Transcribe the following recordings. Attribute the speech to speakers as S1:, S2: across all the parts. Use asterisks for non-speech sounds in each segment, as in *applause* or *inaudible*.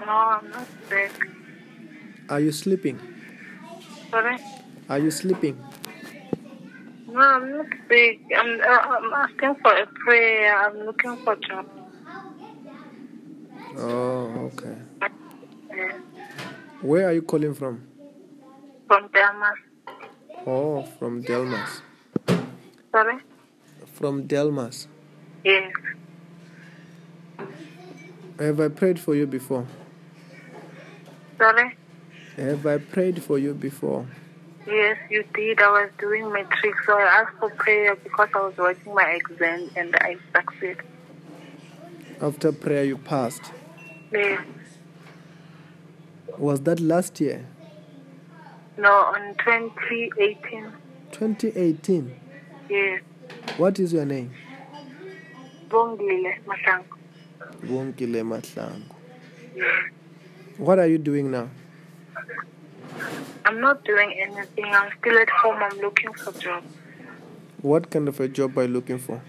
S1: Ah, No, I'm not sick.
S2: Are you sleeping?
S1: Sorry?
S2: Are you sleeping?
S1: No, I'm not sick. I'm, uh, I'm asking for a prayer. I'm looking for job.
S2: Oh, okay.
S1: Yeah.
S2: Where are you calling from?
S1: From Belmas.
S2: Oh, from Delmas.
S1: Sorry?
S2: From Delmas.
S1: Yes.
S2: Have I prayed for you before?
S1: Sorry?
S2: Have I prayed for you before?
S1: Yes, you did. I was doing my trick, so I asked for prayer because I was writing my exam and I succeeded.
S2: After prayer, you passed.
S1: Yes.
S2: Was that last year?
S1: No, on 2018.
S2: 2018.
S1: Yes.
S2: What is your name?
S1: Bongile Masang.
S2: Wonkile Matlangu. What are you doing now?
S1: I'm not doing anything. I'm still at home. I'm looking for job.
S2: What kind of a job are you looking for?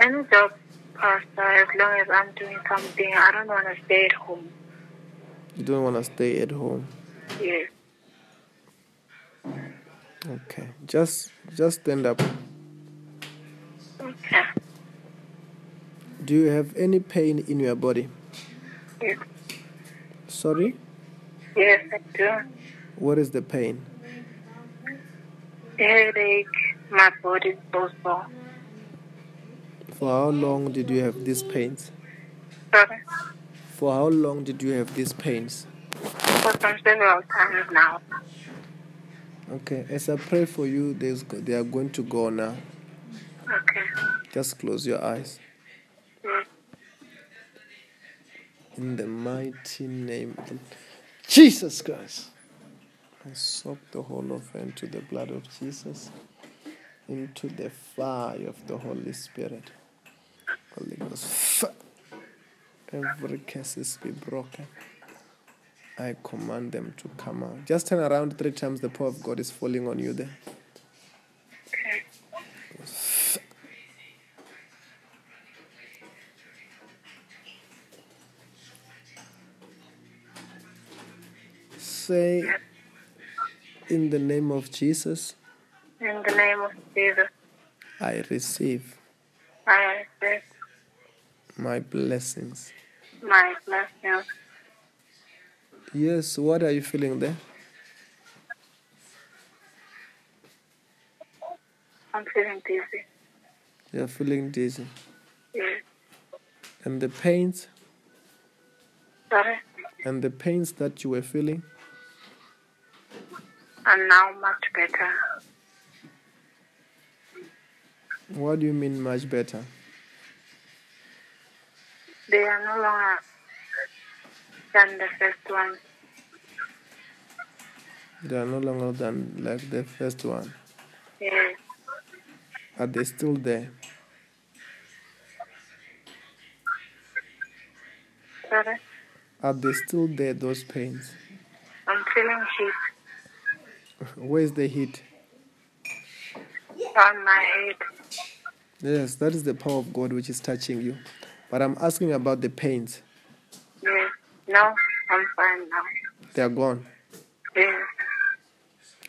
S1: Any job, Pastor, as long as I'm doing something. I don't want to stay at home.
S2: You don't want to stay at home.
S1: Yes.
S2: Okay. Just just stand up.
S1: Okay.
S2: Do you have any pain in your body?
S1: Yes.
S2: Sorry?
S1: Yes, I do.
S2: What is the pain?
S1: Headache. My body's so sore.
S2: For how long did you have these pains?
S1: Sorry.
S2: For how long did you have these pains?
S1: For some several times now.
S2: Okay, as I pray for you, there's, go- they are going to go now.
S1: Okay.
S2: Just close your eyes.
S1: Yes.
S2: In the mighty name of Jesus Christ. I soak the whole of her into the blood of Jesus, into the fire of the Holy Spirit. Holy Ghost, fire. Every curses be broken. I command them to come out. Just turn around three times. The power of God is falling on you there.
S1: Okay.
S2: Say, in the name of Jesus,
S1: In the name of Jesus,
S2: I receive
S1: I accept
S2: my blessings.
S1: my blessings.
S2: Yes, what are you feeling there?
S1: I'm feeling dizzy.
S2: You're feeling dizzy.
S1: Yes.
S2: And the pains,
S1: Sorry.
S2: and the pains that you were feeling,
S1: I'm now much better.
S2: what do you mean much better?
S1: They are no longer than the first one.
S2: They are no longer than like the first one.
S1: Yes.
S2: Are they still there?
S1: Sorry.
S2: Are they still there, those pains? *laughs*
S1: I'm feeling heat
S2: Where's the heat?
S1: on my head.
S2: Yes, that is the power of God which is touching you. But I'm asking about the pains.
S1: Yes. No, I'm fine now.
S2: They are gone.
S1: Yes.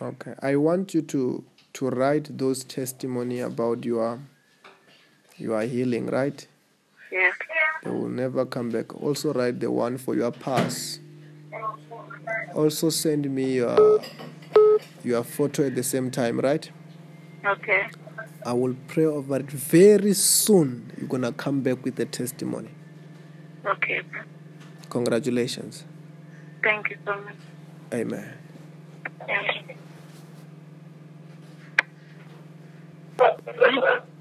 S2: Okay. I want you to to write those testimony about your your healing, right?
S1: Yes.
S2: They will never come back. Also write the one for your pass. Also send me your your photo at the same time, right?
S1: Okay.
S2: I will pray over it very soon. You're gonna come back with a testimony.
S1: Okay.
S2: Congratulations.
S1: Thank you so much.
S2: Amen.
S1: Thank you.